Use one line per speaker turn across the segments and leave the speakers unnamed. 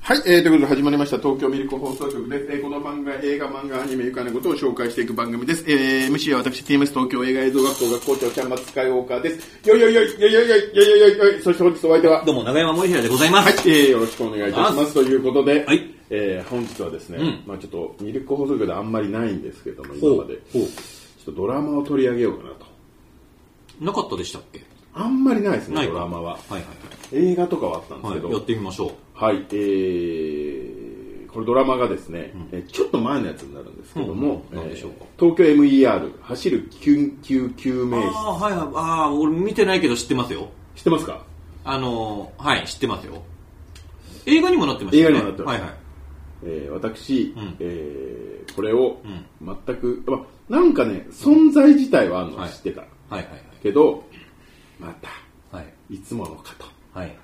はい、えー、ということで始まりました東京ミルク放送局です。えーこの番組は映画、漫画、アニメ、ゆかのことを紹介していく番組です。えー、MC は私、TMS 東京映画映像学校学校長、キャンバススカイウォーカーです。よいよいよいよいよいよいよいよいよいよいそして本日お相手は、
どうも、長山森平でございま
はい
す。、
えー、よろしくお願いいたします。ということで、
はい
えー、本日はですね、
ん
まあちょっとミルク放送局であんまりないんですけども、
ほう
今まで、ち
ほ
ょっとドラマを取り上げようかなと。
なかったでしたっけ
あんまりないです
な
ね、
い
ド
か
ラマは。
はい
映画とかはあったんです
はい
け
は
ど、
い。やってみましょう。
はい、えー、これドラマがですね、えーちょっと前のやつになるんですけども、
うんなんで
えー
しょうか
東京 MER 走る救急救命
ああ、はいはい。ああ、俺見てないけど知ってますよ。
室知ってますか
あのー、はい、知ってますよ。映画にもなってましたよね。
映画にもなってます
はいはい。
えー私、
ん
えーこれを
うん
全く、ま、なんかね存在自体はあるのは
はい
知ってた、
はい
けどまた
はいはい。
いつものかと
はい。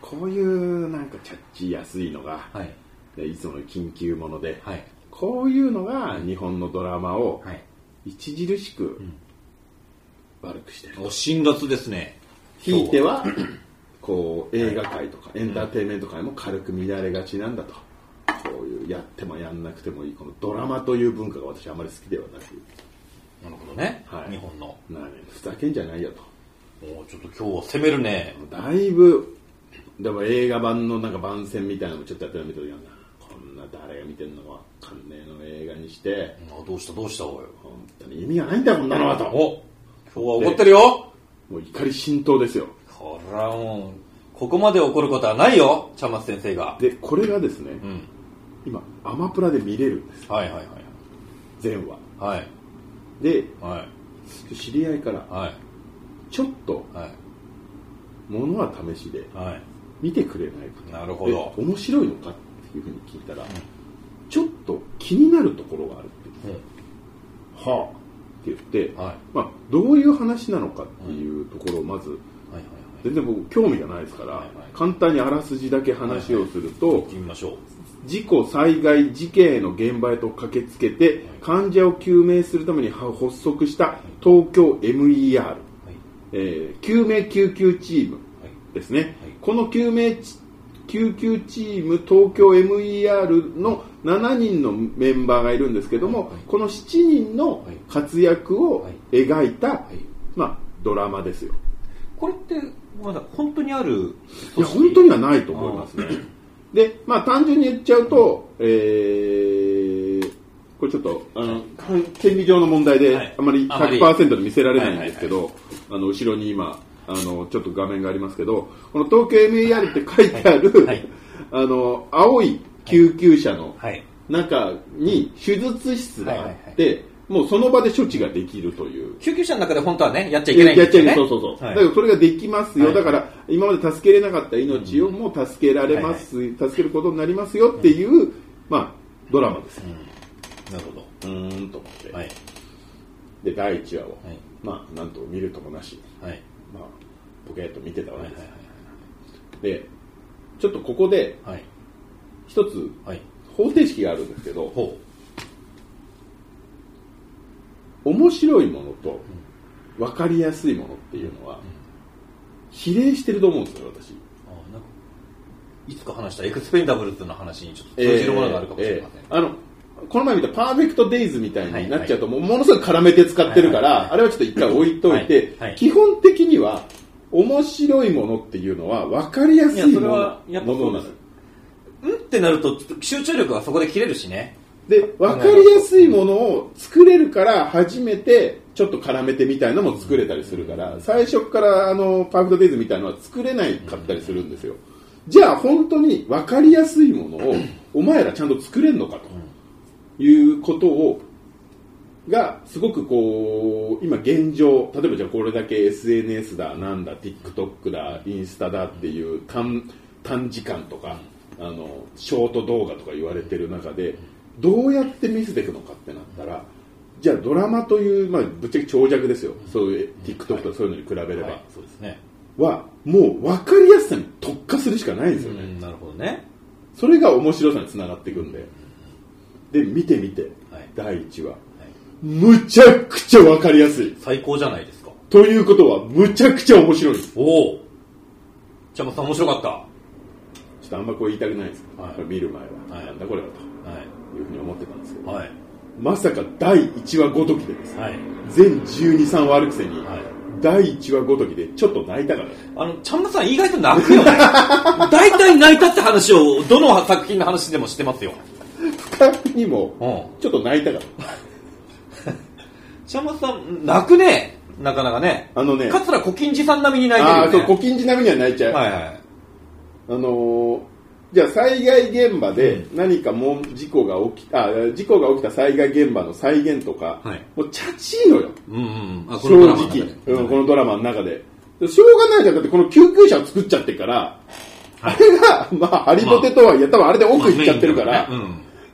こういうなんかキャッチー安いのが、
はい。
でいつもの緊急もので、
はい。
こういうのが日本のドラマを
はい。
著しく
ん
悪くしてる
お、辛辣ですね。
ひいてはこう映画界とかエンターテインメント界も軽く乱れがちなんだとこういうやってもやんなくてもいいこのドラマという文化が私あまり好きではなく
なるほどね。
はい
日本の。も
なあねふざけんじゃないよと
うちょっと今日は攻めるね。
だいぶでも映画版のなんか番宣みたいなのもちょっとやってるみたいなこんな誰が見てんのわかんねえの映画にして
あどうしたどうしたおい。
本当に意味がないんだよこんなのはとも
お今日は怒ってるよ
う怒り浸透ですよ
こらもう、ここまで怒ることはないよ、茶松先生が。
でこれがですね、
うん。
今アマプラで見れるんです
はいはい
全話
はい。はい。
で
はい。
知り合いから
はい。
ちょっと
はい。
ものは試しで
は
見てくれないか
い。なるほど。
え面白いのかっていうふうに聞いたら、ちょっと気になるところがあるってはあって言って、
はい。はい。
まあ、どういう話なのかっていうところをまず
はい。
全然僕興味がないですから、
はいはい
簡単にあらすじだけ話をすると、
行ってみましょう。
事故災害事件への現場へと駆けつけて患者を救命するために発足した東京 MER、
はい。
えー救命救急チーム
はい。
ですね、
はい
この救命ち救急チーム東京 MER の7人のメンバーがいるんですけども、
はい
この7人の活躍を
はい
描いた、
はい。
まあ、ドラマですよ
これって、ごめんなさい、本当にある。
いや本当にはないと思いますねで、まあ、単純に言っちゃうと、えーこれちょっとあの管権利上の問題
は
で
い
あまり
あまり
100%で見せられないんですけどあの後ろに今あのちょっと画面がありますけどこの東京 MER って書いてある、
はい
あの青い救急車の
はい。
中に手術室があって、もうその場で処置ができるという
救急車の中で本当はね、やっちゃいけないん
や
で
っち
す
ゃ
よ
いけ
ね。
ないそうそうそう、
はい
だけどそれができますよ、
はい
だから今まで助けれなかった命をもう助けられます、助けることになりますよっていう、まあドラマです
なるほど。
うーんと思って、
はい。
で第1話を、
はい
まあなんと見るともなし、
はい。
まあ、ポケット見てたわ
は
け
い
です、。でちょっとここで
はい。
一つ
はい。
方程式があるんですけど
ほ
面白いものと分かりやすいものっていうのは比例してると思うんですよ私
う。あなんかいつか話したエクスペンダブルズの話にちょっと通じるものがあるかもしれません。
えーえーあのこの前見たパーフェクトデイズみたいになっちゃうと、
は
もうものすごい絡めて使ってるから、
はいはいはい
あれはちょっと一回置いといて、
はいはい
基本的には面白いものっていうのは分かりやすい
いや
も
それ
の
はやっぱそう
もの
で
な
す
の
うんってなると、ちょっと集中力がそこで切れるしね。
で分かりやすいものを作れるから初めてちょっと絡めてみたいのも作れたりするから最初からあのパーフェクトデイズみたいのは作れないかったりするんですよじゃあ本当に分かりやすいものをお前らちゃんと作れんのかということをがすごくこう今現状例えばじゃあこれだけ SNS だなんだ TikTok だインスタだっていう短短時間とかあのショート動画とか言われてる中でどうやって見せていくのかってなったらじゃあドラマという、まあ、ぶっちゃけ長尺ですよそういう TikTok とかそういうのに比べれば、
はい。そうですね。
はもう分かりやすさに特化するしかないんです
う
よね、
ん、なるほどね。
それが面白さにつながっていくんでで見てみて、
はい
第1話
はい
むちゃくちゃ分かりやすい
最高じゃないですか。
ということはむちゃくちゃ面白いです
おお。ちゃまさん面白かった。
ちょっとあんまこう言いたくないんですけど、
はい
これ見る前は、
はい
なんだこれは
はい。
というふうに思ってたんですけど、
はい。
まさか第1話ごときでですね、
はい。
全12、3話あるくせに、
はい
第1話ごときでちょっと泣いたから、
あの、ちゃんまさん意外と泣くよね。大体泣い たって話を、どの作品の話でもしてますよ。
2人にも
う
ちょっと泣いたから、
ちゃんまさん、泣くね。なかなかね。
あのね、
桂小金次さん並みに泣いてる
あ
よ
あ、そう、
ね。
古今寺並みには泣いちゃう。
はいはい。
あのーじゃあ災害現場で何かもん事故が起きあ事故が起きた災害現場の再現とか、
はい
もうチャチいのよ
うんうんうん。あ、
正直、うん、このドラマの中でしょうがないじゃんだってこの救急車を作っちゃってから、あれがまあハリボテとはいえ多分あれで奥行っちゃってるから、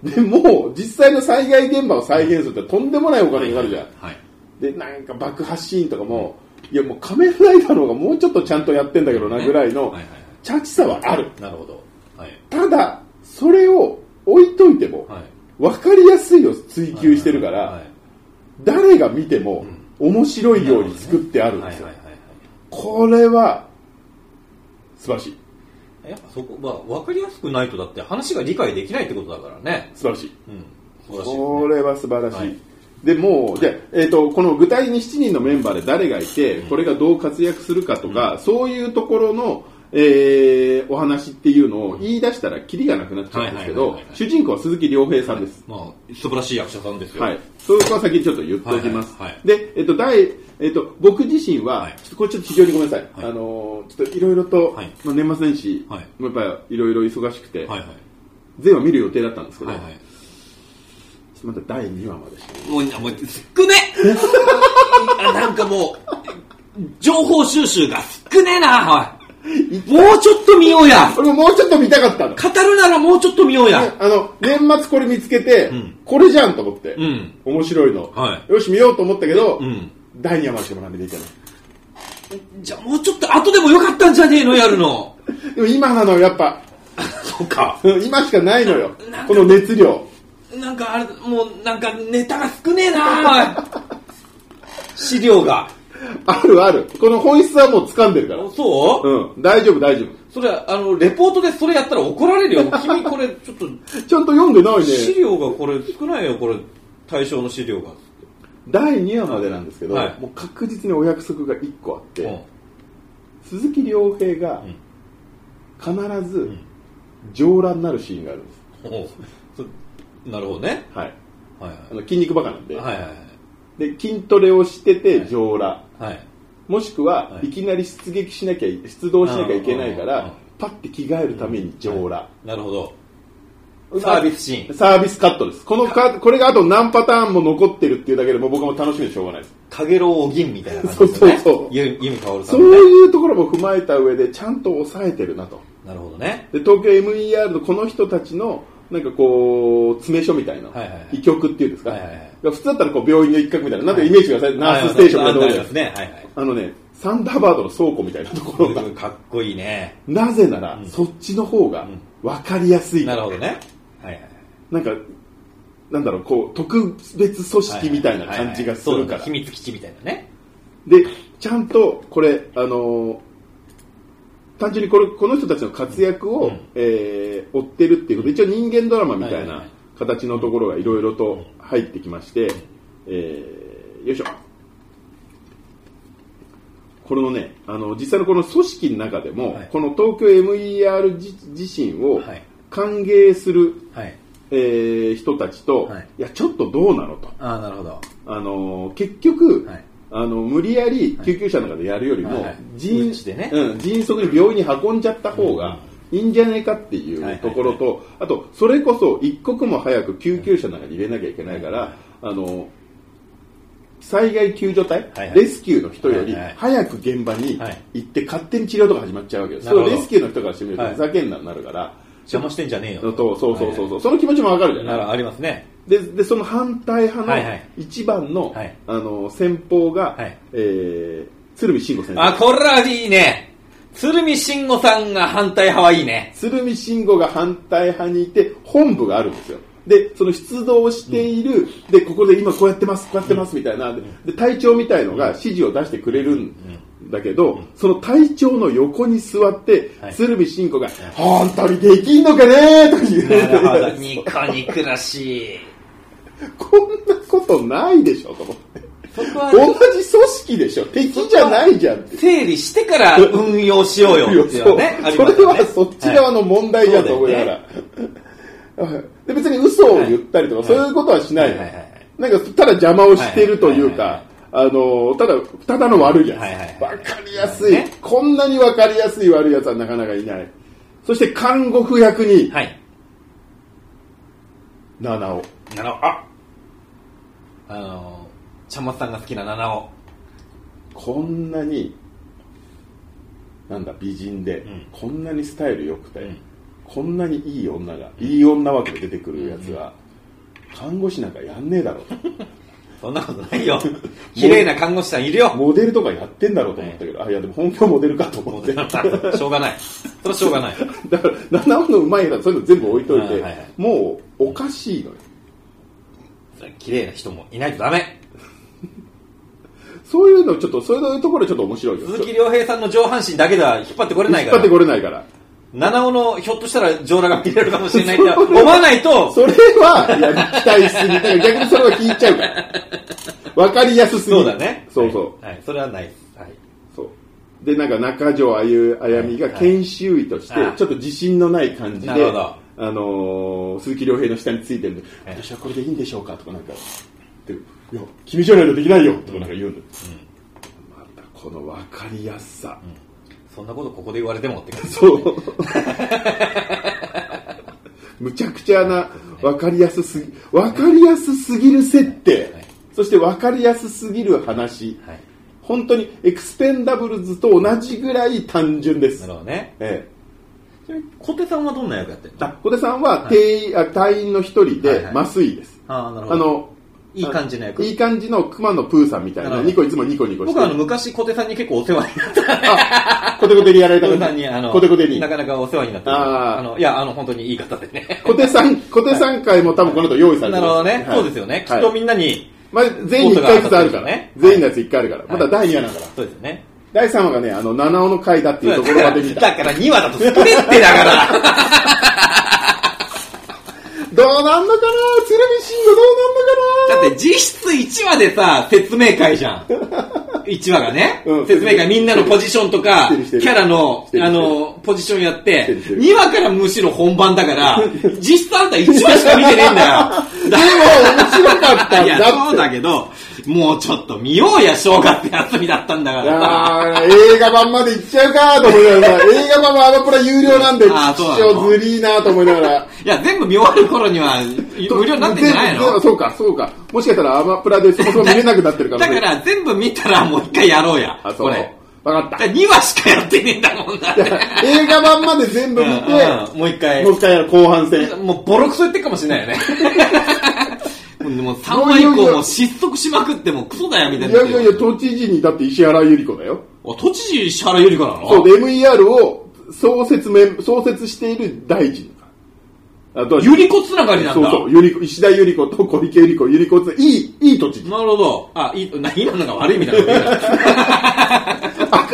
うん。
でもう実際の災害現場を再現するってとんでもないお金かかるじゃん、
はい。
でなんか爆破シーンとかもいやもう仮面ライダーの方がもうちょっとちゃんとやってんだけどなぐらいの、
はいはいは
チャチさはある
い。なるほど。はい。
ただそれを置いといても
はい。
分かりやすいを追求してるか
は
ら
い
誰が見ても面白いように作ってあるん
は
で
い
すよ
はいはい。
これは素晴らしい
やっぱそこは分かりやすくないとだって話が理解できないってことだからね。
素晴らしい
うん。素晴らしいですね
これは素晴らしい、
はい
でもうで、えー、とこの具体に7人のメンバーで誰がいてこれがどう活躍するかとか、そういうところの、えーお話っていうのを言い出したらキリがなくなっちゃうんですけ
はい
ど
はいはいはい
主人公は鈴木亮平さんです
まあ、素晴らしい役者さんですよ。
はい、そこは先にちょっと言っておきます。
はいはいはい
で、えっと、第、えっと、僕自身は、
はい
ちょっとこれちょっと非常にごめんなさい。
はい
あのーちょっといろいろと、
はい
まあ、年末年始、
はい
もうやっぱりいろいろ忙しくて、
はいは
全話見る予定だったんですけ
い。
ど、
はいはい。
ちょっとまた第2話までしか
もう、もう、少ね あなんかもう、情報収集が少ねえな、おい。もうちょっと見ようや。
俺ももうちょっと見たかったの。
語るならもうちょっと見ようや。
あの、年末これ見つけて、
ん
これじゃんと思って、
うん。
面白いの、
は
よし、見ようと思ったけど、
うん。
第2話までしか学んでいけない。
じゃあもうちょっと後でもよかったんじゃねえの、や るの。
でも今なのよ、やっぱ。
そうか。
うん今しかないのよ
なん。か
この熱量。
なんかあれ、もうなんかネタが少ねえなおい資料が。
あるある。この本質はもう掴んでるから。
そう、
うん、大丈夫、大丈夫。
それ、あの、レポートでそれやったら怒られるよ。君これ、ちょっと、
ちゃんと読んでない
資
ね。
料がこれ少ないよ、これ、対象の資料が。
第2話までなんですけど、
はい
もう確実にお約束が1個あって、
うん
鈴木亮平が
うん
必ず上裸になるシーンがあるんです。
おうそなるほどね。
はい。
はいは
あの筋肉バカなんで,、
い。はいはい
で、筋トレをして
は
て
い
上裸。
はい。はい。
もしくは、
はい
い、きなり出撃しなきゃ、出動しなきゃいけないか
うんうんうん
ら、パッて着替えるために上裸。
なるほど。サービスシーン。
サービスカットです。このか、これがあと何パターンも残ってるっていうだけでもう僕も楽しみでしょうがないです。
かげろうお銀みたいな感じですね。
そうそうそう
ゆゆみかおるさ
そ
ん
う
みたい
いうところも踏まえた上でちゃんと抑えてるなと
な。なるほどね。
で東京 MER のこの人たちのなんかこう詰め所みたいな、
はいはいはい
医局っていうんですか、
はいはいはい
が普通だったらこう病院の一角みたいななんかイメージがさ、ナースステーションみたいなとこ
あ
ろ
り
で
ますね。はいはい。
あのねサンダーバードの倉庫みたいなところが
かっこいいね。
なぜなら、そっちの方が分かりやすい、
なるほどね。はいはい。
なんかなんだろうこう特別組織みたいな感じがするから、
はいはいはいそうだね秘密基地みたいなね。
でちゃんとこれあのー単純にこれこの人たちの活躍を、
うん
えー追ってるっていうことで一応人間ドラマみたい
はいはいは
ない形のところがいろいろと入ってきまして、えーよいしょこれのねあの実際のこの組織の中でも、
はい
この東京 MER 自自身を
はい
歓迎する、
はい。
えー人たちと、
はい
い、やちょっとどうなのと
ああ、なるほど。
あのー結局、
はい
あの無理やり救急車の中でやるよりも、
はいはい
迅
うちでね
うん、迅速に病院に運んじゃった方がいいんじゃないかっていうところと、あとそれこそ一刻も早く救急車の中に入れなきゃいけないから、あの災害救助隊、
はいはい
レスキューの人より
はいはい
早く現場に
はい
行って勝手に治療とか始まっちゃうわけです、
なるほ
そ
ど
れをレスキューの人からしてみると
はい
ふざけんなになるから、
邪魔してんじゃねえ
そう
よ。
そうそうそう
は
そうその気持ちもわかるじゃ
い
ない
ならありますね。
ででその反対派
はい
の
はい
一番の,、
はい
あの先方が、
はい
えー鶴見慎吾先
あ、
生
こら、いいね。鶴見慎吾さんが反対派はいいね。
鶴見慎吾が反対派にいて本部があるんですよでその出動している、でここで今こうやってますこうやってますみたいなでで隊長みたいのが指示を出してくれるんだけど、その隊長の横に座って、
はい
鶴見信子が「本当にできんのかね?」とか言う
なるほど、ニコニコらしい。
こんなことないでしょと思って
そこは、
同じ組織でしょ敵じゃないじゃんって
整理してから運用しようよっていうのはね、あり
そ
ます
れ
よね
はそっち側の問題だと思いながら、で別に嘘を言ったりとか、そういうことはしない,、
はいはいはいはい
なんかただ邪魔をしてるというか、あのただただの悪いやつ、わ
はいはいはい
かりやすい、
ね
こんなにわかりやすい悪いやつはなかなかいないそして監獄役に
はい。
七尾
なるほど、ああの、ちゃんまつさんが好きな七尾。
こんなになんだ美人で、
ん
こんなにスタイル良くて、
ん
こんなにいい女がいい女枠で出てくるやつは、看護師なんかやんねえだろ うと
そんなことないよ。綺麗な看護師さんいるよ。
モデルとかやってんだろうと思ったけど、あいやでも本業モデルかと思ってだか
しょうがない。それはしょうがない。
ら七尾のうまいらそういうの全部置いといて、
うんはいはい
もうおかしいのよ
それは綺麗な人もいないとダメ。
そういうのちょっとそういうところちょっと面白いよ
鈴木亮平さんの上半身だけでは引っ張ってこれない
引っ
か
張って
ら。
これないから
七尾のひょっとしたら上裸が見れるかもしれないって思わないと、
それはいや期待しすぎだから逆にそれは聞いちゃう から分かりやすすぎる
そうだね。
そうそう、
はい。はいそれはない。はい。
そうでなんか中条あゆあやみが
はい
研修医として
ああ
ちょっと自信のない感じで、
なるほど
あのー鈴木亮平の下についてるんで「
はい
私はこれでいいんでしょうか?」とかなんか「でいや君じゃないとできないよ」とかなんか言うんだよ、またこの分かりやすさ、
そんなことここで言われてもって感じ。
そうむちゃくちゃな分かりやすすぎ分かりやすすぎる設定、
はい
そして分かりやすすぎる話、
はい。
本当にエクスペンダブルズと同じぐらい単純で
な
す
る。ほどね。
ええ
ちなみに小手さんはどんな役やってるの
あ小手さんは定員、あ隊員の一人
はい
で
はい
麻酔です。
ああ、なる
あ
ほど。
の
いい感じの役
いい感じの熊野プーさんみたい
な
な、
るほど
ニコいつもニコニコして
僕はあの昔小手さんに結構お世話になった。
あコテコテにやられ
小
た
手さんにあの、
コテコテに
な。かなかお世話になった。
あー
の、いや、あの、本当にいい方でね。
小手さん、小手さん会も多分この後用意さ
な
れ
る
て
ほどね。そうですよね。きっと
み
みんなに、
まあ、全員に1回ずつあるからね。
コートが当たってるんですよね
全員のやつ1回あるから。まだ第2話なんだから。
そうですよね。
第3話がね、あの、七尾の会だっていうところまで見
だ
た。
から2話だとスプレってだから。
どうなんのかな鶴見慎吾どうなんのかな
だって実質1話でさ、説明会じ ゃん。1話がね、
うん
説明会みんなのポジションと
し
か、
て
キ
るしてる
ャラの
して、る
あの、ポジションやって
してるして、る
2話からむしろ本番だから、実質あんた1話しか見てねえん だよ。だ
でも面白 かったんだって
いや、そうだけど、もうちょっと見ようや、正月休みだったんだからさ。
あー映画版まで行っちゃうかと思いながら、映画版はアマプラ有料なんで、
あーそうな
ち
の
ょずりーなと思いながら。
いや、全部見終わる頃には、無料になってんじゃない
全部
の
そうか、そうか。もしかしたらアマプラでそもそも見れなくなってるかも
だ
し
か
れない。
ら、全部見たらもう一回やろうや
あ、、そ
こ
う。
れ。
わか
だ
っ
から2話しかやってねえんだもんだっ て。
た。映画版まで全部見て、
うんうんもう一回
もう。一回やる後半戦。
もうボロクソ言ってるかもしれ ないよね。もう3話以降も失速しまくってもうクソだよみたい
い
な。
やいやいや、都知事にだって石原由里子だよ。
お都知事石原由り子なの
そう、で MER を創設め、創設している大臣。あとは、
ゆり子つながりなん
そう
だ。
そう、由里子、石田由里子と小池百合子、由里子つ、いい、いい都知事。
なるほど。あ、いい、な、今のが悪いみ たいな。
悪、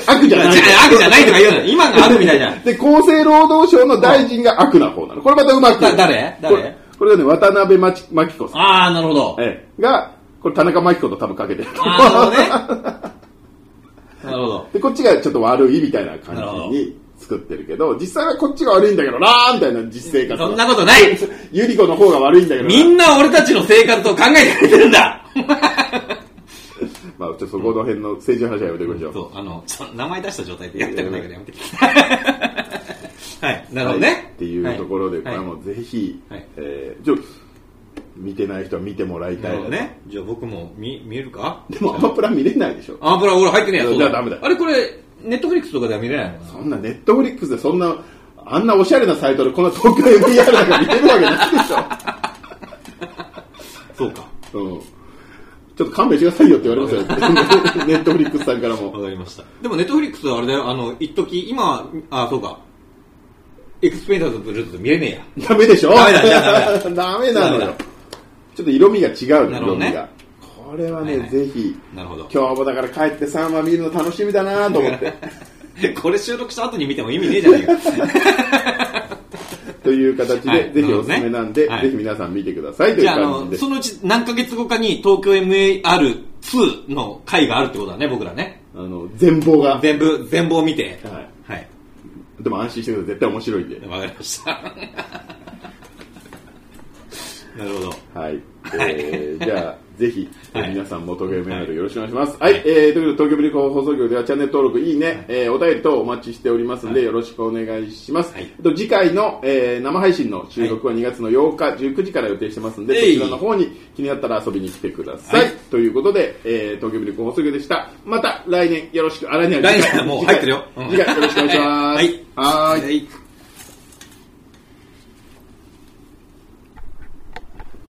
悪じゃない。
悪じゃないとか言うの。今が悪みたいじゃ ん。
で、厚生労働省の大臣が悪な方なの。これまたうまく。
だ誰誰
これこれがね、渡辺真知真紀子さん。
あー、なるほど。
ええ。が、これ田中真紀子と多分かけてる。
あー、なるほどね。なるほど。
で、こっちがちょっと悪いみたいな感
なるほ
じに作ってるけど、実際はこっちが悪いんだけどなーみたいな実生活。
そんなこ とない
ゆり子の方が悪いんだけどな
みんな俺たちの生活を考えてくれてるんだ
まあ、ちょっとそこの辺の政治の話はやめてくれましょう。
そう、あの、ちょ名前出した状態でやりたくないからやめて。はい、なるほど
はい
ね。
っていうところで、これはも
う。
うぜひ、
はい
えーちょ見てない人は見てもらいた
ないる
な
ほ
と
どね。じゃあ僕も見、見えるか
でも、アマプラ見れないでしょ。
あ、ほら、俺入ってねえや。
じゃあ
そう
ダメだよ
あれこれ、ネットフリックスとかでは見れないのかな
そんなネットフリックスでそんなあんなおしゃれなサイトでこの東京 MBR なんか見れるわけないでし
そうか。
ょ、うん、ちょっと勘弁してくださいよって言われますよ ネットフリックスさんからも
わかりました。でもネットフリックスはあれだよ、あの、一時今、あ、そうか。エクスペンダーズブルーズ見れねえや。
ダメでしょ
ダメだじゃあダメ
ダメなの
ダメ
よちょっと色味が違うね
なるほ
色
どね
味が、ここれはね、
はいはい
ぜひ
なるほど。
今日もだから帰って3話見るの楽しみだなと思って
これ収録した後に見ても意味ねえじゃねえか。
という形で、
はい
ぜひ
なる
お
ほ
す
どね
すめなんで、
はい
ぜひ皆さん見てくださいという
じゃあ、あ
感
の、
じで
そのうち何ヶ月後かに東京 MAR2 の回があるってことだね、僕らね。
あの全貌が、
全部、全貌を見て。
はい
はい。
でも安心してください絶対面白いんで、
わかり ました。なるほど。
はいえー、じゃあぜひ、えー
はい
皆さんも東京メール
はい
よろしくお願いしますはい、えー、ということで東京ビリコ放送局ではチャンネル登録いいね、えーお便り等お待ちしておりますんで、よろしくお願いします、
はい
えっと次回の、えー生配信の収録は2月の8日、19時から予定してますんで、
えい
そちらの方に気になったら遊びに来てください、
はい
ということで、えー東京ビリコ放送局でしたまた来年よろしくあ来年は次回
来年はもう入ってるようん
次回よろしくお願いします
はい
はーい
はい